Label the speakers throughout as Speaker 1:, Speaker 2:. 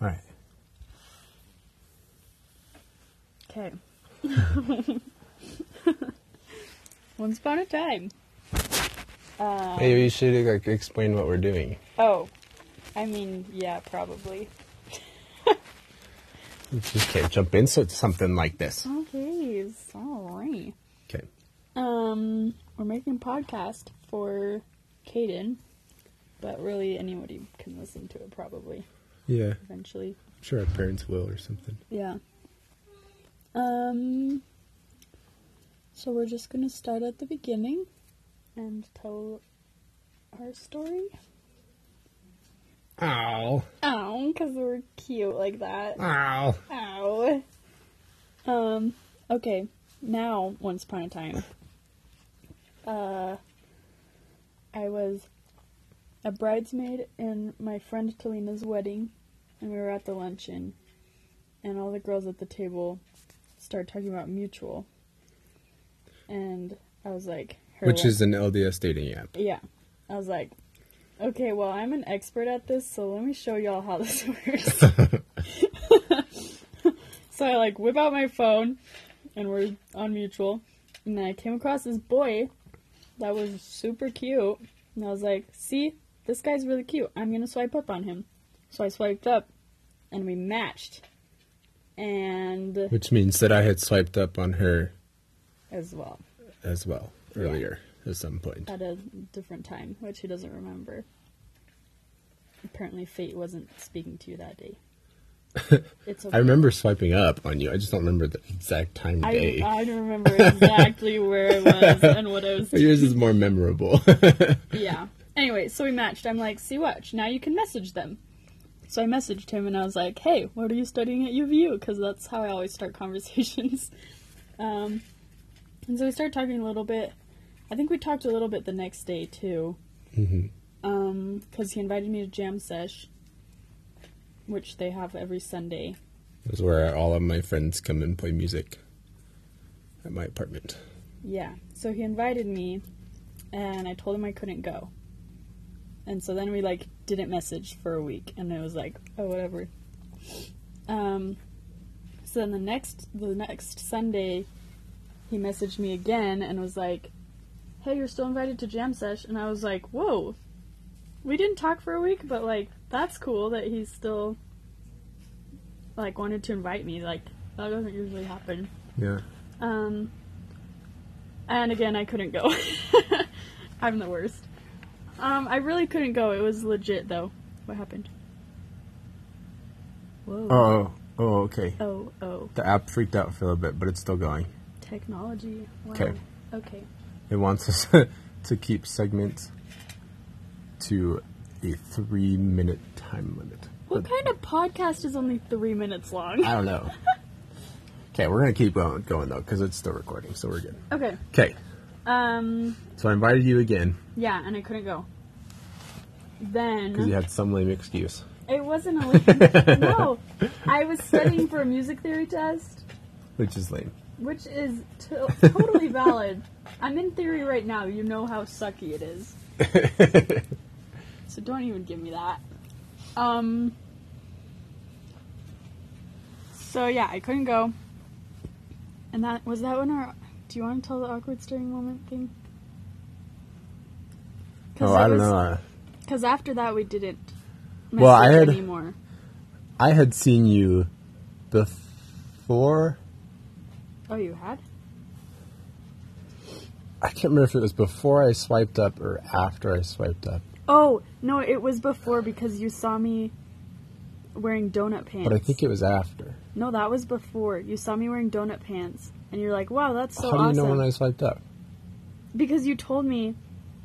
Speaker 1: Right.
Speaker 2: Okay. Once upon a time.
Speaker 1: Uh, Maybe you should like explain what we're doing.
Speaker 2: Oh, I mean, yeah, probably.
Speaker 1: You just can't jump into something like this.
Speaker 2: Okay, sorry.
Speaker 1: Okay.
Speaker 2: Um, we're making a podcast for Caden, but really anybody can listen to it probably
Speaker 1: Yeah.
Speaker 2: eventually.
Speaker 1: I'm sure our parents will or something.
Speaker 2: Yeah. Um. So we're just gonna start at the beginning and tell our story.
Speaker 1: Ow.
Speaker 2: Ow, because we're cute like that.
Speaker 1: Ow.
Speaker 2: Ow. Um, okay. Now, once upon a time, uh, I was a bridesmaid in my friend Talina's wedding, and we were at the luncheon, and all the girls at the table started talking about mutual. And I was like, her
Speaker 1: Which
Speaker 2: lun-
Speaker 1: is an LDS dating app.
Speaker 2: yeah. I was like, okay, well, I'm an expert at this, so let me show y'all how this works. so I like whip out my phone, and we're on mutual, and then I came across this boy that was super cute, and I was like, see, this guy's really cute. I'm gonna swipe up on him. So I swiped up, and we matched. And
Speaker 1: Which means that I had swiped up on her
Speaker 2: as well,
Speaker 1: as well earlier at some point.
Speaker 2: at a different time, which he doesn't remember. Apparently, fate wasn't speaking to you that day. It's okay.
Speaker 1: I remember swiping up on you. I just don't remember the exact time of
Speaker 2: I,
Speaker 1: day.
Speaker 2: I remember exactly where I was and what I was
Speaker 1: But yours is more memorable.
Speaker 2: Yeah. Anyway, so we matched. I'm like, see, watch. Now you can message them. So I messaged him and I was like, hey, what are you studying at UVU? Because that's how I always start conversations. Um, and so we started talking a little bit. I think we talked a little bit the next day too. Because he invited me to Jam Sesh, which they have every Sunday.
Speaker 1: That's where all of my friends come and play music at my apartment.
Speaker 2: Yeah. So he invited me, and I told him I couldn't go. And so then we like didn't message for a week, and it was like, oh whatever. Um, so then the next the next Sunday, he messaged me again and was like, "Hey, you're still invited to jam sesh," and I was like, "Whoa." We didn't talk for a week, but like that's cool that he still like wanted to invite me. Like that doesn't usually happen.
Speaker 1: Yeah.
Speaker 2: Um, and again, I couldn't go. I'm the worst. Um, I really couldn't go. It was legit, though. What happened? Whoa.
Speaker 1: Oh, oh, okay.
Speaker 2: oh, oh.
Speaker 1: The app freaked out for a little bit, but it's still going.
Speaker 2: Technology. Wow.
Speaker 1: Okay.
Speaker 2: Okay.
Speaker 1: It wants us to keep segments to a three minute time limit.
Speaker 2: What kind of podcast is only three minutes long?
Speaker 1: I don't know. Okay, we're going to keep going, going though, because it's still recording, so we're good.
Speaker 2: Okay.
Speaker 1: Okay,
Speaker 2: Um,
Speaker 1: so I invited you again
Speaker 2: yeah, and I couldn't go.
Speaker 1: because
Speaker 2: Then
Speaker 1: you had some lame excuse.
Speaker 2: it wasn't a lame. no, I was studying for a music theory test,
Speaker 1: Which is lame.
Speaker 2: Which is to- totally valid. I'm in theory right now. You know how sucky it is. so don't even give me that. Um. So yeah, I couldn't go. And that was that when our. Do you want to tell the awkward steering moment thing?
Speaker 1: Oh,
Speaker 2: it
Speaker 1: I don't
Speaker 2: was-
Speaker 1: know. uh,
Speaker 2: Cause after that we didn't.
Speaker 1: Well, I had-
Speaker 2: message anymore.
Speaker 1: I had seen you before.
Speaker 2: Oh, you had.
Speaker 1: I can't remember if it was before I swiped up or after I swiped up,
Speaker 2: Oh no, it was before because you saw me wearing donut pants.
Speaker 1: but I think it was after.
Speaker 2: no, that was before you saw me wering donut pants, and you're like, "Wow, that's
Speaker 1: How
Speaker 2: so
Speaker 1: do you
Speaker 2: awesome!"
Speaker 1: know when I swiped up?
Speaker 2: Because you told me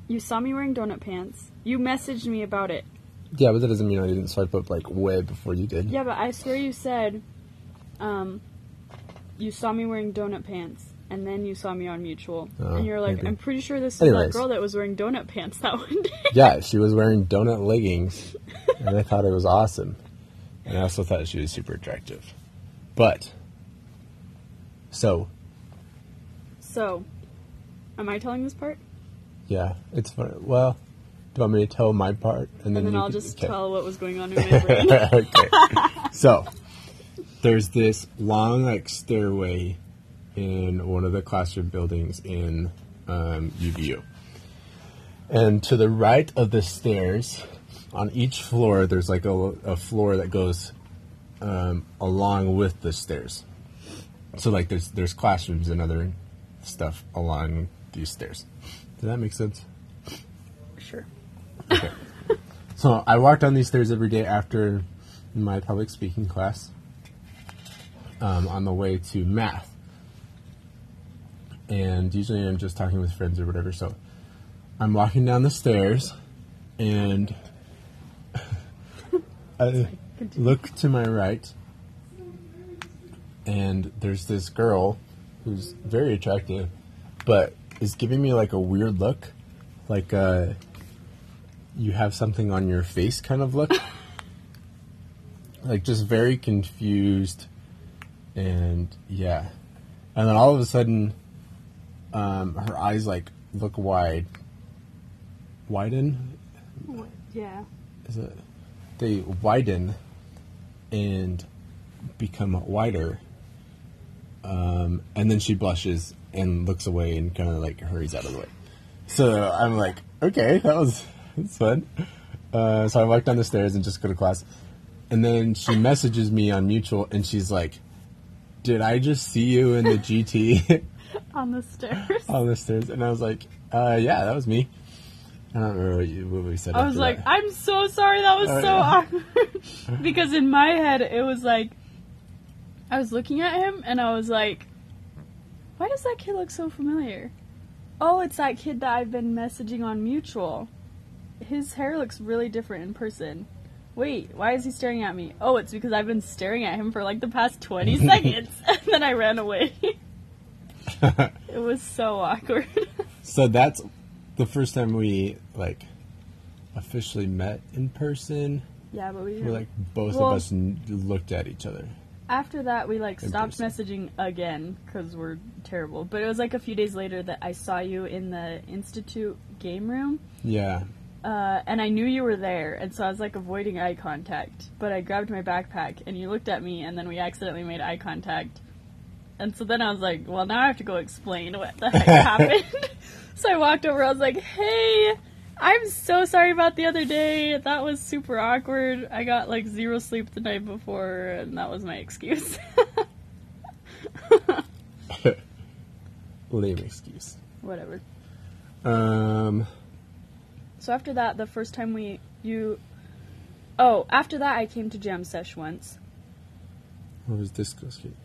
Speaker 2: you saw me wearing donut pants. You messaged me about it.
Speaker 1: Yeah, but that doesn't mean I didn't swipe up like way before you did.
Speaker 2: Yeah, but I swear you said, um, you saw me wearing donut pants. And then you saw me on Mutual,
Speaker 1: Oh,
Speaker 2: and you're like,
Speaker 1: maybe.
Speaker 2: "I'm pretty sure this is
Speaker 1: Anyways.
Speaker 2: that girl that was wearing donut pants that one day."
Speaker 1: Yeah, she was wearing donut leggings, and I thought it was awesome. And I also thought she was super attractive. But, so,
Speaker 2: So, am I telling this part?
Speaker 1: yeah, it's fun. Well, Do you want me to tell my part, and then
Speaker 2: And then
Speaker 1: you
Speaker 2: I'll
Speaker 1: can-
Speaker 2: just
Speaker 1: okay.
Speaker 2: tell what was going on in my brain.
Speaker 1: okay. So there's this long like stairway in one of the classroom buildings in um, UVU. And to the right of the stairs, on each floor, there's like a, a floor that goes um, along with the stairs. So like there's there's classrooms and other stuff along these stairs. Does that make sense?
Speaker 2: sure.
Speaker 1: Okay. so I walked on these stairs every day after my public speaking class um, on the way to math. And usually I'm just talking with friends or whatever. So I'm walking down the stairs and I look to my right. And there's this girl who's very attractive, but is giving me like a weird look. Like, uh, you have something on your face kind of look. like just very confused and yeah. And then all of a sudden um her eyes like look wide. Widen?
Speaker 2: Yeah.
Speaker 1: Is it they widen and become wider. Um and then she blushes and looks away and kind of like hurries out of the way. So I'm like, okay, that was that's fun. Uh, so I walk down the stairs and just go to class, and then she messages me on mutual, and she's like, "Did I just see you in the GT
Speaker 2: On the stairs.
Speaker 1: on the stairs?" And I was like, uh, "Yeah, that was me." I don't remember what, you, what we said.
Speaker 2: I was
Speaker 1: after
Speaker 2: like,
Speaker 1: that.
Speaker 2: I'm so sorry. That was
Speaker 1: Oh,
Speaker 2: so
Speaker 1: yeah.
Speaker 2: awkward. because in my head, it was like, I was looking at him and I was like, why does that kid look so familiar? Oh, it's that kid that I've been messaging on Mutual. His hair looks really different in person. Wait, why is he staring at me? Oh, it's because I've been staring at him for like the past 20 seconds. And then I ran away. it was so awkward.
Speaker 1: So that's the first time we like officially met in person.
Speaker 2: yeah, but we
Speaker 1: We're like both
Speaker 2: Well-
Speaker 1: of us n- looked at each other.
Speaker 2: After that, we like
Speaker 1: In
Speaker 2: stopped
Speaker 1: person.
Speaker 2: messaging again because we're terrible. But it was like a few days later that I saw you in the institute game room,
Speaker 1: Yeah,
Speaker 2: uh, and I knew you were there, and so I was like avoiding eye contact. But I grabbed my backpack, and you looked at me, and then we accidentally made eye contact. And so then I was like, well, now I have to go explain what the heck happened. so I walked over. I was like, hey. I'm so sorry about the other day. That was super awkward. I got like zero sleep the night before, and that was my excuse.
Speaker 1: lame excuse.
Speaker 2: Whatever.
Speaker 1: Um,
Speaker 2: So after that, the first time we you, oh, after that I came to jam sesh once.
Speaker 1: what was disco skate?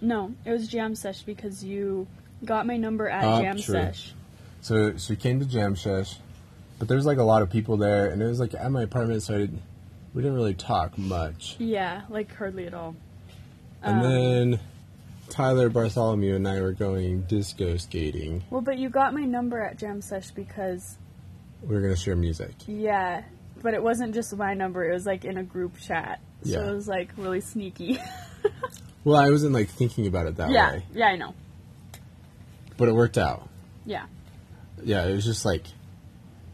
Speaker 2: No, it was jam sesh because you got my number at
Speaker 1: Ah,
Speaker 2: jam
Speaker 1: true.
Speaker 2: sesh.
Speaker 1: So she came to Jam Sesh, but there's like a lot of people there, and it was like at my apartment, so I didn't, we didn't really talk much.
Speaker 2: Yeah, like hardly at all.
Speaker 1: And
Speaker 2: Oh.
Speaker 1: then Tyler Bartholomew and I were going disco skating.
Speaker 2: Well, but you got my number at jam sesh because
Speaker 1: We were gonna share music.
Speaker 2: yeah, but it wasn't just my number. It was like in a group chat, so
Speaker 1: Yeah.
Speaker 2: it was like really sneaky.
Speaker 1: Well, I wasn't like thinking about it that
Speaker 2: yeah,
Speaker 1: way,
Speaker 2: yeah, I know.
Speaker 1: but it worked out.
Speaker 2: Yeah,
Speaker 1: Yeah, it was just like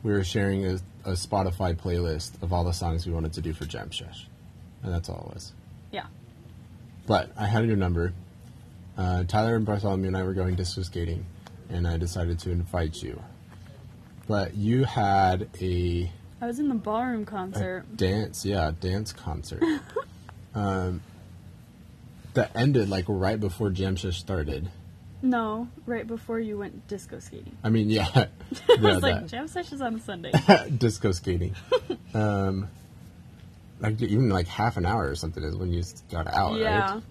Speaker 1: we were sharing a, a Spotify playlist of all the songs we wanted to do for Jam Sesh, and that's all it was.
Speaker 2: yeah.
Speaker 1: But I had your number. Uh, Tyler and Bartholomew and I were going disco skating, and I decided to invite you. But you had a
Speaker 2: I was in the ballroom concert.
Speaker 1: dance, yeah, dance concert um, that ended like right before Jam Sesh started.
Speaker 2: No, right before you went disco skating.
Speaker 1: I mean, yeah, yeah
Speaker 2: I was like,
Speaker 1: that.
Speaker 2: jam sessions on Sunday.
Speaker 1: disco skating. um, like even like half an hour or something is when you got out,
Speaker 2: yeah.
Speaker 1: right?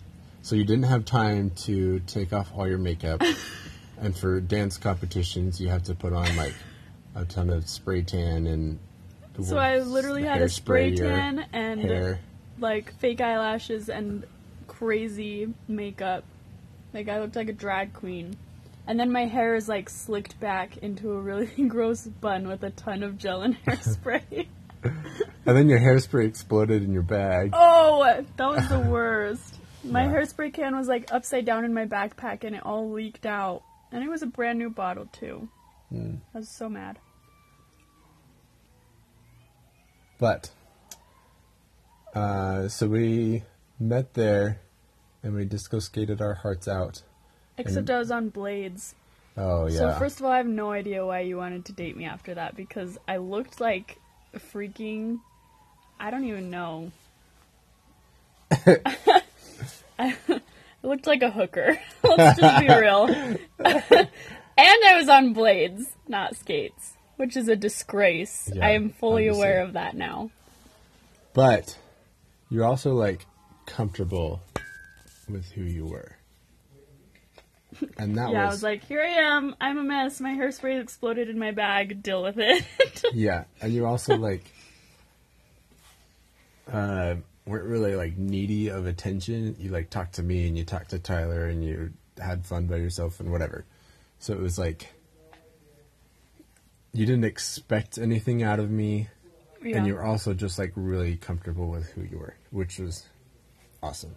Speaker 1: So you didn't have time to take off all your makeup, and for dance competitions, you have to put on like a ton of spray tan and.
Speaker 2: So I literally had a spray
Speaker 1: hairspray, your
Speaker 2: tan and
Speaker 1: hair.
Speaker 2: like fake eyelashes and crazy makeup. Like I looked like a drag queen. And then my hair is like slicked back into a really gross bun with a ton of gel and hairspray.
Speaker 1: And then your hairspray exploded in your bag.
Speaker 2: oh, that was the worst. My
Speaker 1: Yeah.
Speaker 2: hairspray can was like upside down in my backpack and it all leaked out.
Speaker 1: Hmm.
Speaker 2: And it was a brand new bottle too. I was so mad.
Speaker 1: But uh, so we met there, and we disco skated our hearts out.
Speaker 2: Except I was on blades.
Speaker 1: Oh yeah.
Speaker 2: So first of all, I have no idea why you wanted to date me after that because I looked like freaking I don't even know. I looked like a hooker. Let's just be real. and I was on blades, not skates, which is a disgrace.
Speaker 1: Yeah,
Speaker 2: I am fully
Speaker 1: obviously.
Speaker 2: aware of that now.
Speaker 1: But you're also like comfortable with who you were. And that
Speaker 2: Yeah, I
Speaker 1: was,
Speaker 2: was like, here I am. I'm a mess. My hairspray exploded in my bag. Deal with it.
Speaker 1: Yeah. And you also like uh weren't really like needy of attention. You like talked to me and you talked to Tyler and you had fun by yourself and whatever. So it was like you didn't expect anything out of me.
Speaker 2: yeah.
Speaker 1: And you were also just like really comfortable with who you were, which was awesome.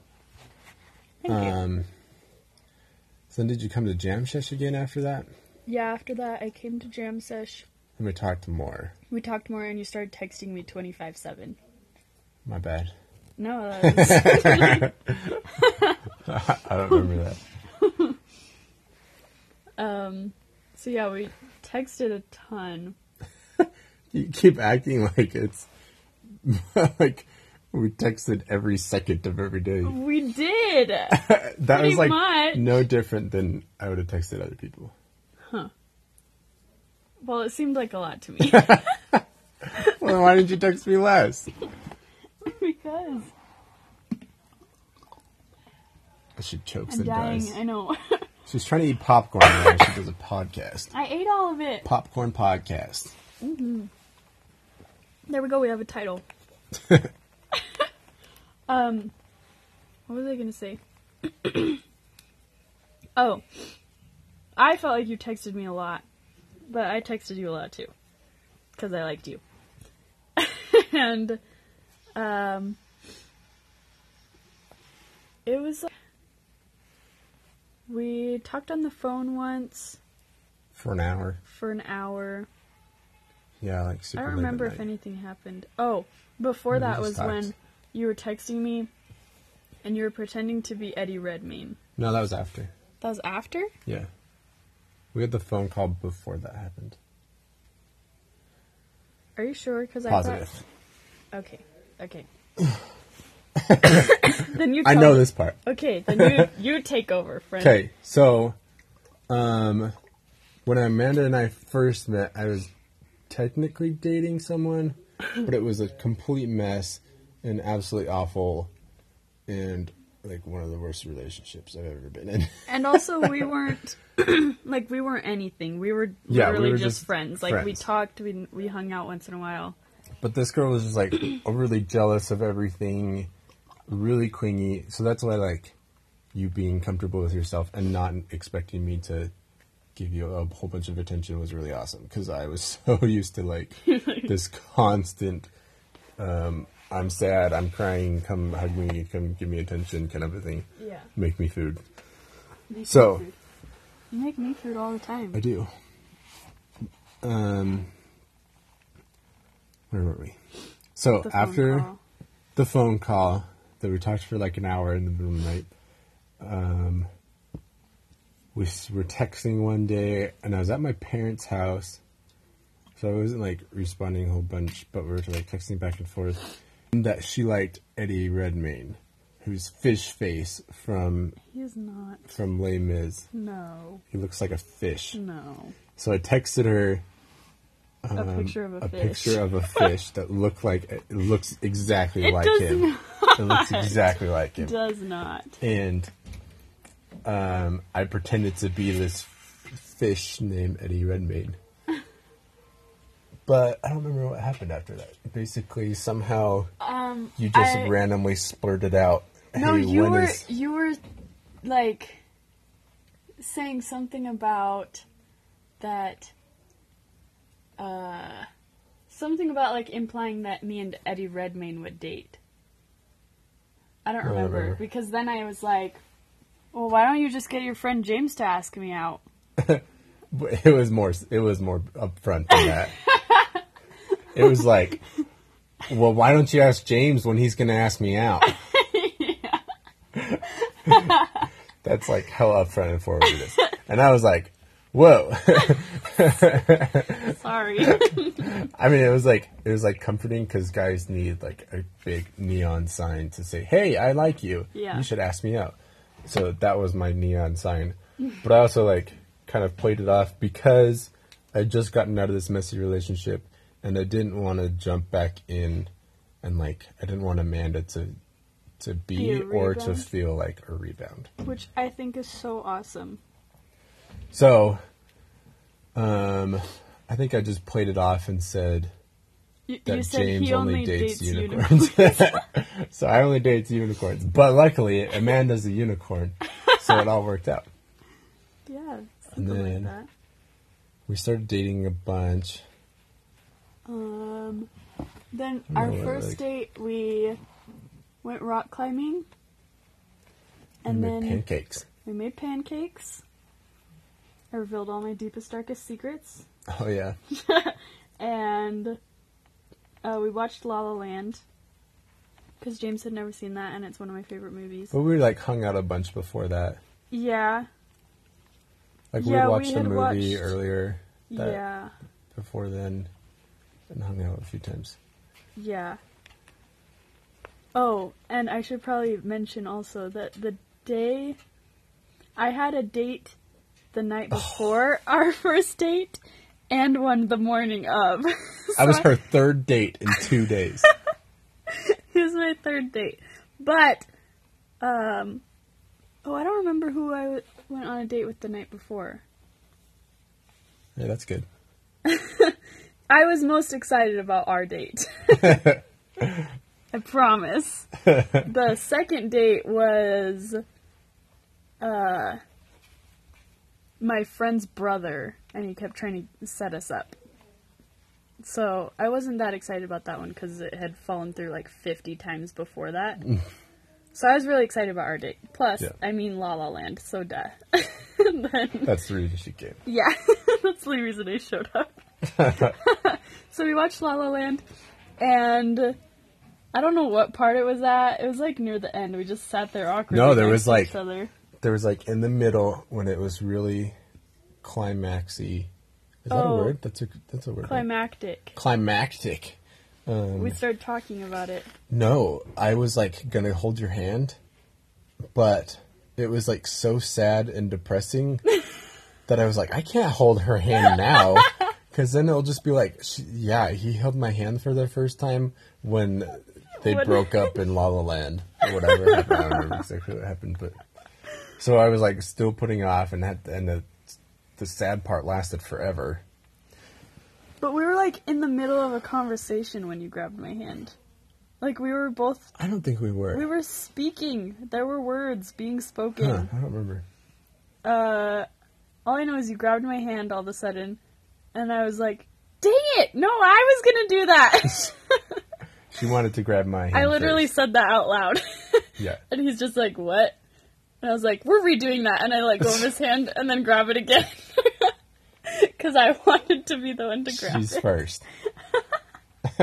Speaker 1: Um,
Speaker 2: Thank you.
Speaker 1: So then did you come to Jam Shesh again after that?
Speaker 2: Yeah, after that, I came to Jam Sesh.
Speaker 1: And we talked more.
Speaker 2: We talked more, and you started texting me 25 7.
Speaker 1: My bad.
Speaker 2: No, that was-
Speaker 1: I don't remember that.
Speaker 2: um, so yeah, we texted a ton.
Speaker 1: You keep acting like it's like we texted every second of every day.
Speaker 2: We did.
Speaker 1: That
Speaker 2: Oh, Pretty
Speaker 1: was like
Speaker 2: much.
Speaker 1: no different than I would have texted other people.
Speaker 2: well, it seemed like a lot to me
Speaker 1: Well, then why didn't you text me less?
Speaker 2: because
Speaker 1: She chokes
Speaker 2: I'm
Speaker 1: and
Speaker 2: dying.
Speaker 1: dies.
Speaker 2: I know.
Speaker 1: She's trying to eat popcorn while she does a podcast.
Speaker 2: I ate all of it.
Speaker 1: Popcorn podcast.
Speaker 2: There we go. We have a title. um, what was I gonna say? oh, I felt like you texted me a lot, but I texted you a lot too, because I liked you. and, um, it was. Like, we talked on the phone once
Speaker 1: For an hour.
Speaker 2: for an hour.
Speaker 1: Yeah, like super
Speaker 2: I don't
Speaker 1: late at
Speaker 2: remember if
Speaker 1: night.
Speaker 2: anything happened. Oh, before
Speaker 1: No, we
Speaker 2: that
Speaker 1: just
Speaker 2: was
Speaker 1: talked.
Speaker 2: when you were texting me and you were pretending to be Eddie Redmayne.
Speaker 1: No, that was after.
Speaker 2: That was after?
Speaker 1: Yeah. We had the phone call before that happened.
Speaker 2: Are you sure? Because I
Speaker 1: Positive.
Speaker 2: thought. Okay. Okay. then you.
Speaker 1: I
Speaker 2: tell
Speaker 1: know
Speaker 2: me.
Speaker 1: this part.
Speaker 2: Okay, then you you take over, friend.
Speaker 1: Okay, so um, when Amanda and I first met, I was technically dating someone, but it was a complete mess and absolutely awful, and like one of the worst relationships I've ever been in.
Speaker 2: And also, we weren't like we weren't anything. We were
Speaker 1: Yeah, we
Speaker 2: literally
Speaker 1: were
Speaker 2: just,
Speaker 1: just
Speaker 2: friends. Like we
Speaker 1: friends.
Speaker 2: talked, we we hung out once in a while.
Speaker 1: But this girl was just like overly jealous of everything, really clingy. So that's why like you being comfortable with yourself and not expecting me to give you a whole bunch of attention was really awesome because I was so used to like this constant um I'm sad, I'm crying, come hug me, come give me attention kind of a thing.
Speaker 2: Yeah.
Speaker 1: Make me food. So- food.
Speaker 2: you make me food all the time.
Speaker 1: I do. Um where were we? So
Speaker 2: The phone
Speaker 1: after
Speaker 2: call.
Speaker 1: the phone call that we talked for like an hour in the middle of the night. Um, we s- were texting one day, and I was at my parents' house, so I wasn't like responding a whole bunch, but we were like texting back and forth. And that she liked Eddie Redmayne, who's Fish Face from
Speaker 2: He's not.
Speaker 1: from Les Mis.
Speaker 2: No.
Speaker 1: He looks like a
Speaker 2: Mm.
Speaker 1: fish.
Speaker 2: No.
Speaker 1: So I texted her
Speaker 2: A picture of a,
Speaker 1: Um, a
Speaker 2: fish.
Speaker 1: picture of a fish that looked like it looks exactly
Speaker 2: It
Speaker 1: like
Speaker 2: does
Speaker 1: him. It looks exactly like him.
Speaker 2: Does not.
Speaker 1: and um, I pretended to be this f- fish named Eddie Redmayne. But I don't remember what happened after that. Basically, somehow
Speaker 2: Um,
Speaker 1: you just
Speaker 2: I-
Speaker 1: randomly splurted out.
Speaker 2: No,
Speaker 1: "Hey,
Speaker 2: you
Speaker 1: when
Speaker 2: were
Speaker 1: is-"
Speaker 2: you were like saying something about that. Uh, something about like implying that me and Eddie Redmayne would date. I don't
Speaker 1: I don't
Speaker 2: remember
Speaker 1: remember.
Speaker 2: because then I was like, "Well, why don't you just get your friend James to ask me out?"
Speaker 1: But It was more. It was more upfront than that. it was like, well, why don't you ask James when he's going to ask me out? That's like how upfront and forward it is. And I was like, whoa.
Speaker 2: Sorry.
Speaker 1: I mean, it was like it was like comforting because guys need like a big neon sign to say, "Hey, I like you.
Speaker 2: Yeah.
Speaker 1: You should ask me out." So that was my neon sign, but I also like kind of played it off because I'd just gotten out of this messy relationship, and I didn't want to jump back in, and like I didn't want Amanda to to
Speaker 2: Be
Speaker 1: be
Speaker 2: a
Speaker 1: or to
Speaker 2: rebound.
Speaker 1: feel like a rebound.
Speaker 2: Which I think is so awesome.
Speaker 1: So, um, I think I just played it off and said.
Speaker 2: You,
Speaker 1: that
Speaker 2: you said
Speaker 1: James
Speaker 2: he
Speaker 1: only, dates, unicorns. so I only dates unicorns. But luckily, Amanda's a unicorn, so it all worked out.
Speaker 2: yeah,
Speaker 1: And
Speaker 2: something
Speaker 1: then-
Speaker 2: like that.
Speaker 1: We started dating a bunch.
Speaker 2: Um, then our
Speaker 1: know,
Speaker 2: first
Speaker 1: like-
Speaker 2: date we went rock climbing, and
Speaker 1: we
Speaker 2: then
Speaker 1: made pancakes.
Speaker 2: we made pancakes. I revealed all my deepest, darkest secrets,
Speaker 1: Oh yeah,
Speaker 2: and uh, we watched La La Land because James had never seen that, and it's one of my favorite movies.
Speaker 1: but we like hung out a bunch before that.
Speaker 2: Yeah,
Speaker 1: Like we'd
Speaker 2: Yeah, we
Speaker 1: watched a
Speaker 2: had
Speaker 1: movie
Speaker 2: watched-
Speaker 1: earlier that
Speaker 2: yeah,
Speaker 1: before then, and hung out a few times.
Speaker 2: yeah. Oh, and I should probably mention also that the day I had a date the night before our first date and one the morning of.
Speaker 1: I was
Speaker 2: So
Speaker 1: her third date in two days.
Speaker 2: It was my third date. But, um, oh, I don't remember who I w- went on a date with the night before.
Speaker 1: yeah, that's good.
Speaker 2: I was most excited about our date. I promise. the second date was uh my friend's brother and he kept trying to set us up. So, I wasn't that excited about that one cuz it had fallen through like 50 times before that. so, I was really excited about our date. Plus,
Speaker 1: Yeah.
Speaker 2: I mean La La Land, so duh. And then-
Speaker 1: That's the reason she gave.
Speaker 2: yeah, that's the only reason I showed up. so we watched La La Land, and I don't know what part it was at. It was like near the end. We just sat there awkwardly.
Speaker 1: No, there
Speaker 2: next
Speaker 1: was,
Speaker 2: to
Speaker 1: like-
Speaker 2: each other.
Speaker 1: There was like in the middle when it was really climaxy. Is that
Speaker 2: Oh.
Speaker 1: a word? That's a that's a word. right?
Speaker 2: climactic.
Speaker 1: climactic. Oh,
Speaker 2: We started talking about it.
Speaker 1: No, I was like gonna hold your hand, but it was like so sad and depressing that I was like, I can't hold her hand now, because then it'll just be like, she, yeah, he held my hand for the first time when they
Speaker 2: What-
Speaker 1: broke up in La La Land or whatever. happened. I don't remember exactly what happened, but so I was like still putting off, and that and the the sad part lasted forever.
Speaker 2: But we were like in the middle of a conversation when you grabbed my hand. Like we were both,
Speaker 1: I don't think we were.
Speaker 2: we were speaking. There were words being spoken.
Speaker 1: Huh, I don't remember.
Speaker 2: uh, all I know is you grabbed my hand all of a sudden, and I was like, "Dang it! No, I was gonna do that."
Speaker 1: She wanted to grab my hand.
Speaker 2: I literally
Speaker 1: first.
Speaker 2: said that out loud,
Speaker 1: yeah.
Speaker 2: and he's just like, "What?" And I was like, "We're redoing that," and I let go of his hand and then grab it again because I wanted to be the one to grab
Speaker 1: She's
Speaker 2: it.
Speaker 1: first.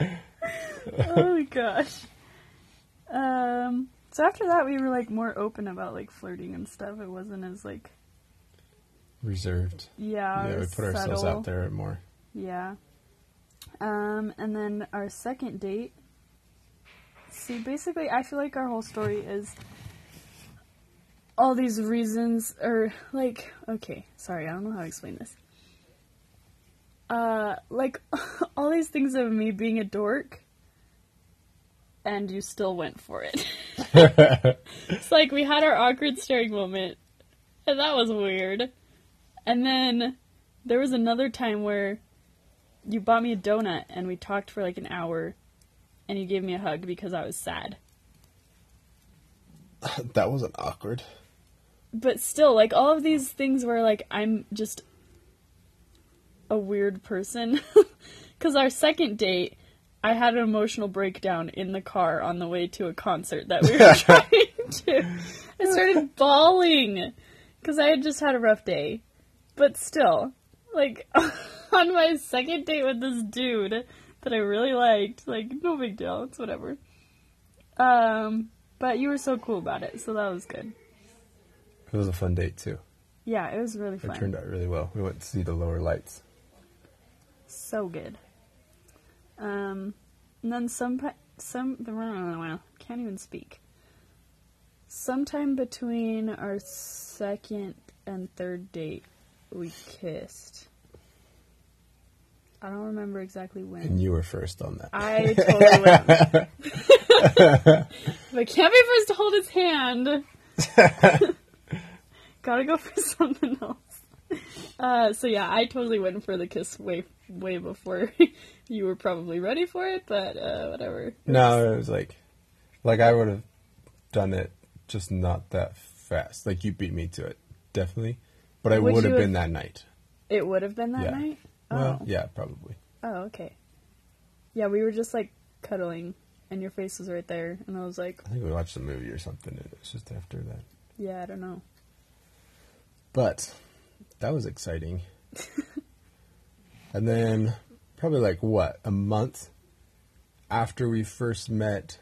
Speaker 2: oh my gosh. Um. So after that, we were like more open about like flirting and stuff. It wasn't as like
Speaker 1: Reserved.
Speaker 2: yeah,
Speaker 1: yeah,
Speaker 2: or
Speaker 1: we put ourselves
Speaker 2: subtle.
Speaker 1: out there more.
Speaker 2: Yeah. Um, and then our second date. See, basically, I feel like our whole story is all these reasons, or like, okay, sorry, I don't know how to explain this. Uh, like, all these things of me being a dork, and you still went for it. it's like we had our awkward staring moment, and that was weird. And then there was another time where you bought me a donut and we talked for like an hour and you gave me a hug because I was sad.
Speaker 1: That wasn't awkward.
Speaker 2: But still, like all of these things where like I'm just a weird person. Because our second date, I had an emotional breakdown in the car on the way to a concert that we were trying to. I started bawling because I had just had a rough day. But still, like on my second date with this dude, that I really liked. Like, no big deal. It's whatever. Um, but you were so cool about it, so that was good.
Speaker 1: It was a fun date too.
Speaker 2: Yeah, it was really
Speaker 1: It
Speaker 2: fun.
Speaker 1: turned out really well. We went to see the lower lights.
Speaker 2: so good. Um, and then some pa- some the can't even speak. Sometime between our second and third date, we kissed. I don't remember exactly when.
Speaker 1: And you were first on that.
Speaker 2: I totally went. but can't be first to hold his hand. Gotta go for something else. Uh, so yeah, I totally went for the kiss way way before you were probably ready for it, but uh, whatever.
Speaker 1: no, it was like, like I would have done it, just not that fast. Like you beat me to it, definitely. But I
Speaker 2: Would
Speaker 1: would have
Speaker 2: you
Speaker 1: been that night.
Speaker 2: It would have been that
Speaker 1: Yeah.
Speaker 2: night.
Speaker 1: Well,
Speaker 2: oh.
Speaker 1: yeah, probably.
Speaker 2: Oh, okay. Yeah, we were just like cuddling, and your face was right there, and I was like,
Speaker 1: I think we watched a movie or something. And it was just after that.
Speaker 2: yeah, I don't know.
Speaker 1: But that was exciting. and then probably like what, a month after we first met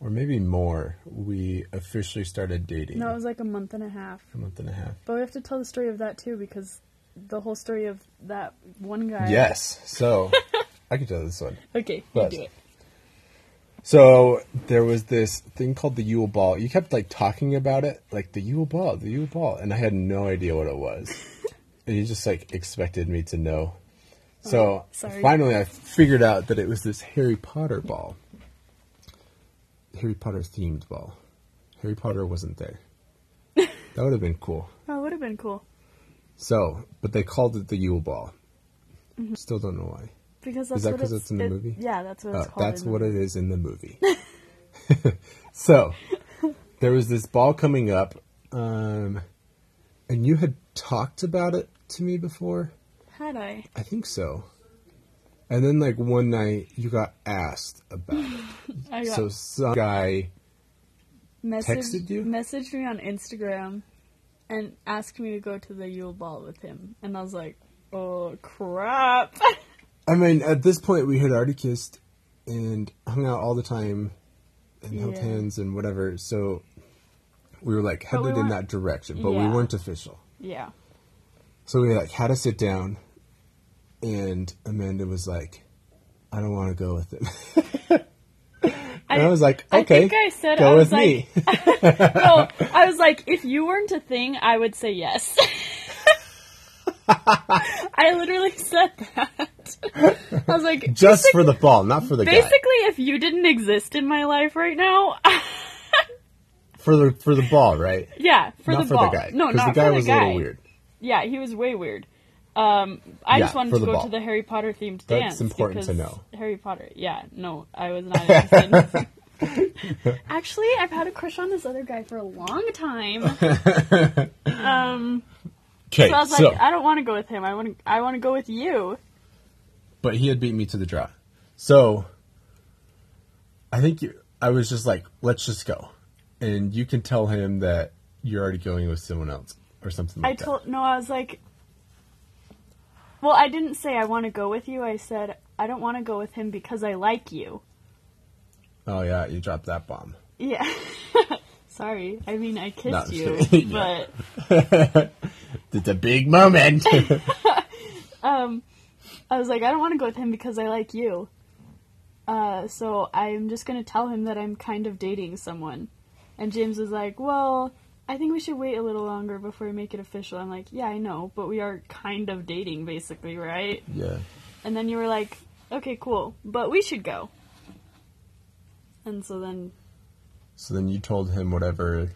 Speaker 1: or maybe more, we officially started dating.
Speaker 2: No, it was like a month and a half.
Speaker 1: a month and a half.
Speaker 2: But we have to tell the story of that too because the whole story of that one guy.
Speaker 1: Yes. So I can tell this one.
Speaker 2: Okay, you
Speaker 1: Yes.
Speaker 2: do it.
Speaker 1: So there was this thing called the Yule Ball. You kept like talking about it, like the Yule Ball, the Yule Ball, and I had no idea what it was. and you just like expected me to know. So
Speaker 2: sorry.
Speaker 1: finally, I figured out that it was this Harry Potter ball, Harry Potter themed ball. Harry Potter wasn't there. that would have been cool.
Speaker 2: That would have been cool
Speaker 1: So, but they called it the Yule Ball. Still don't know why.
Speaker 2: because that's
Speaker 1: that
Speaker 2: what
Speaker 1: 'cause it's in the
Speaker 2: it-
Speaker 1: movie?
Speaker 2: Yeah, that's what it's
Speaker 1: Uh,
Speaker 2: called.
Speaker 1: that's
Speaker 2: in the
Speaker 1: what
Speaker 2: movie.
Speaker 1: it is in the movie. so there was this ball coming up, um, and you had talked about it to me before.
Speaker 2: Had I?
Speaker 1: I think so. And then, like one night, you got asked about it.
Speaker 2: I got
Speaker 1: so some guy,
Speaker 2: messaged,
Speaker 1: texted you?
Speaker 2: Messaged me on Instagram and asked me to go to the Yule Ball with him, and I was like, "Oh crap!"
Speaker 1: I mean, at this point, we had already kissed and hung out all the time and held
Speaker 2: Yeah.
Speaker 1: hands and whatever. So we were like
Speaker 2: But we
Speaker 1: headed in that
Speaker 2: weren't-
Speaker 1: direction, but we
Speaker 2: Yeah.
Speaker 1: weren't official.
Speaker 2: yeah,
Speaker 1: So we like had to sit down, and Amanda was like, "I don't want to go with him," and I, was like,
Speaker 2: I
Speaker 1: "Okay,
Speaker 2: think I said-
Speaker 1: go
Speaker 2: I was
Speaker 1: with me."
Speaker 2: no, I was like, if you weren't a thing, I would say yes. I literally said that. I was like,
Speaker 1: Just for the ball, not for the guy.
Speaker 2: basically, if you didn't exist in my life right now,
Speaker 1: For the for the ball, right?
Speaker 2: yeah, for
Speaker 1: not
Speaker 2: the
Speaker 1: for
Speaker 2: ball.
Speaker 1: the guy.
Speaker 2: No,
Speaker 1: 'cause
Speaker 2: not
Speaker 1: the guy
Speaker 2: for the
Speaker 1: was
Speaker 2: guy.
Speaker 1: a little weird.
Speaker 2: Yeah, he was way weird. Um, I just
Speaker 1: Yeah,
Speaker 2: wanted
Speaker 1: for
Speaker 2: to
Speaker 1: the
Speaker 2: go
Speaker 1: ball.
Speaker 2: to the Harry Potter
Speaker 1: That's
Speaker 2: themed dance.
Speaker 1: important to
Speaker 2: because
Speaker 1: know.
Speaker 2: Harry Potter. Yeah, no, I was not interested. Actually, I've had a crush on this other guy for a long time.
Speaker 1: Okay,
Speaker 2: So I was like,
Speaker 1: so
Speaker 2: I don't want to go with him. I want to. I want to go with you.
Speaker 1: but he had beat me to the draw, so I think you, I was just like, "Let's just go," and you can tell him that you're already going with someone else or something.
Speaker 2: I
Speaker 1: Like that.
Speaker 2: told no. I was like, well, I didn't say I want to go with you. I said I don't want to go with him because I like you.
Speaker 1: Oh yeah, you dropped that bomb.
Speaker 2: Yeah. Sorry. I mean, I kissed
Speaker 1: No, I'm
Speaker 2: you,
Speaker 1: just kidding.
Speaker 2: but
Speaker 1: It's a big moment.
Speaker 2: I was like, I don't want to go with him because I like you. Uh, so I'm just gonna tell him that I'm kind of dating someone. And James was like, Well, I think we should wait a little longer before we make it official. I'm like, Yeah, I know, but we are kind of dating, basically, right?
Speaker 1: yeah.
Speaker 2: And then you were like, okay, cool, but we should go. And so then,
Speaker 1: So then you told him whatever,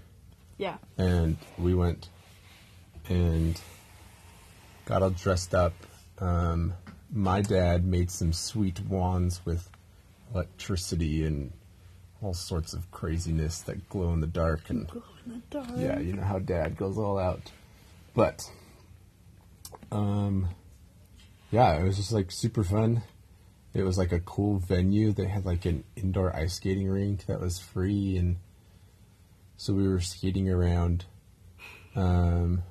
Speaker 2: yeah,
Speaker 1: and we went and got all dressed up. Um, my dad made some sweet wands with electricity and all sorts of craziness that glow in the dark. And yeah, you know how dad goes all out. But, um, yeah, it was just like super fun. It was like a cool venue. They had like an indoor ice skating rink that was free, and so we were skating around. Um,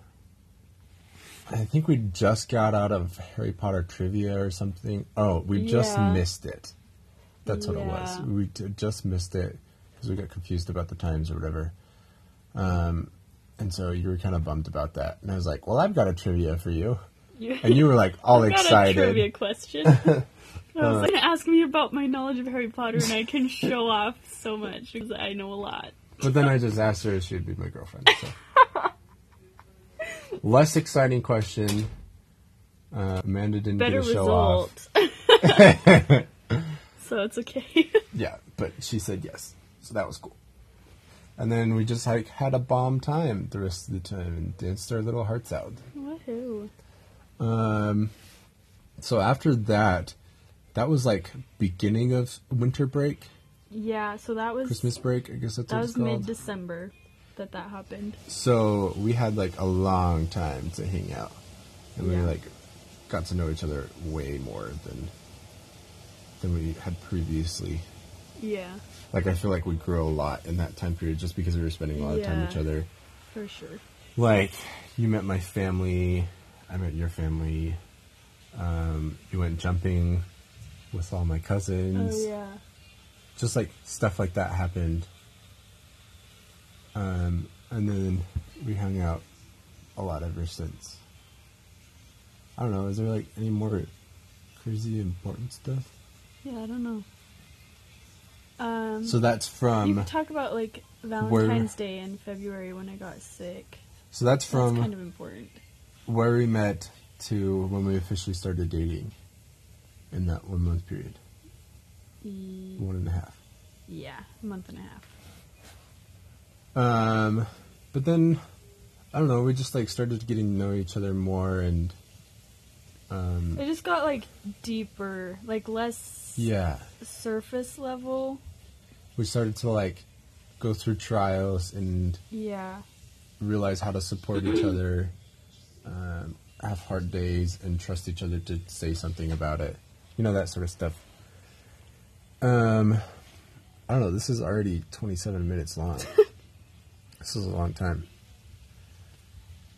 Speaker 1: I think we just got out of Harry Potter trivia or something. Oh, we just
Speaker 2: Yeah.
Speaker 1: missed it. That's what it was.
Speaker 2: Yeah.
Speaker 1: We t- just missed it because we got confused about the times or whatever. Um, and so you were kind of bummed about that. And I was like, well, I've got a trivia for you.
Speaker 2: You-
Speaker 1: And you were like all
Speaker 2: I got a trivia
Speaker 1: excited.
Speaker 2: question. I was like, ask me about my knowledge of Harry Potter, and I can show off so much because I know a lot.
Speaker 1: But then I just asked her if she'd be my girlfriend. So. Less exciting question. Uh, Amanda didn't
Speaker 2: Better
Speaker 1: get a show off.
Speaker 2: result. so it's okay.
Speaker 1: Yeah, but she said yes, so that was cool. And then we just like had a bomb time the rest of the time and danced our little hearts out.
Speaker 2: Woohoo!
Speaker 1: Um, so after that, that was like beginning of winter break,
Speaker 2: Yeah. So that was
Speaker 1: Christmas break. I guess that's
Speaker 2: that
Speaker 1: what
Speaker 2: was
Speaker 1: it's called.
Speaker 2: mid December that that happened.
Speaker 1: so we had like a long time to hang out, and we
Speaker 2: Yeah.
Speaker 1: like got to know each other way more than than we had previously.
Speaker 2: Yeah,
Speaker 1: Like I feel like we grew a lot in that time period just because we were spending a lot of time with each
Speaker 2: Yeah.
Speaker 1: other.
Speaker 2: for sure.
Speaker 1: like you met my family i met your family um, you went jumping with all my cousins
Speaker 2: Oh yeah.
Speaker 1: just like stuff like that happened um, and then we hung out a lot ever since i don't know is there like any more crazy important stuff
Speaker 2: Yeah, I don't know. Um,
Speaker 1: so that's
Speaker 2: you
Speaker 1: from
Speaker 2: could talk about like
Speaker 1: Um, where-
Speaker 2: Valentine's Day in February when I got sick.
Speaker 1: so that's
Speaker 2: That's
Speaker 1: from
Speaker 2: kind of important.
Speaker 1: where we met to when we officially started dating in that one month period
Speaker 2: E-
Speaker 1: one and a half
Speaker 2: Yeah, a month and a half.
Speaker 1: Um, but then I don't know. We just like started getting to know each other more, and um,
Speaker 2: It just got like deeper, like less
Speaker 1: yeah,
Speaker 2: surface level.
Speaker 1: we started to like go through trials and
Speaker 2: Yeah,
Speaker 1: realize how to support each other, um, have hard days, and trust each other to say something about it. You know that sort of stuff. Um, I don't know. This is already 27 minutes long. this is a long time.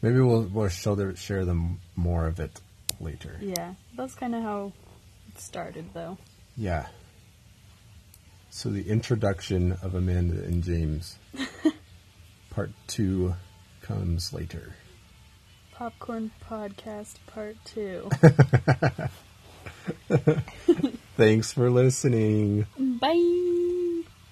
Speaker 1: Maybe we'll we'll show the, share them more of it later.
Speaker 2: yeah. That's kind of how it started, though.
Speaker 1: Yeah. So the introduction of Amanda and James, part two, comes later.
Speaker 2: Popcorn Podcast Part Two.
Speaker 1: Thanks for listening.
Speaker 2: Bye.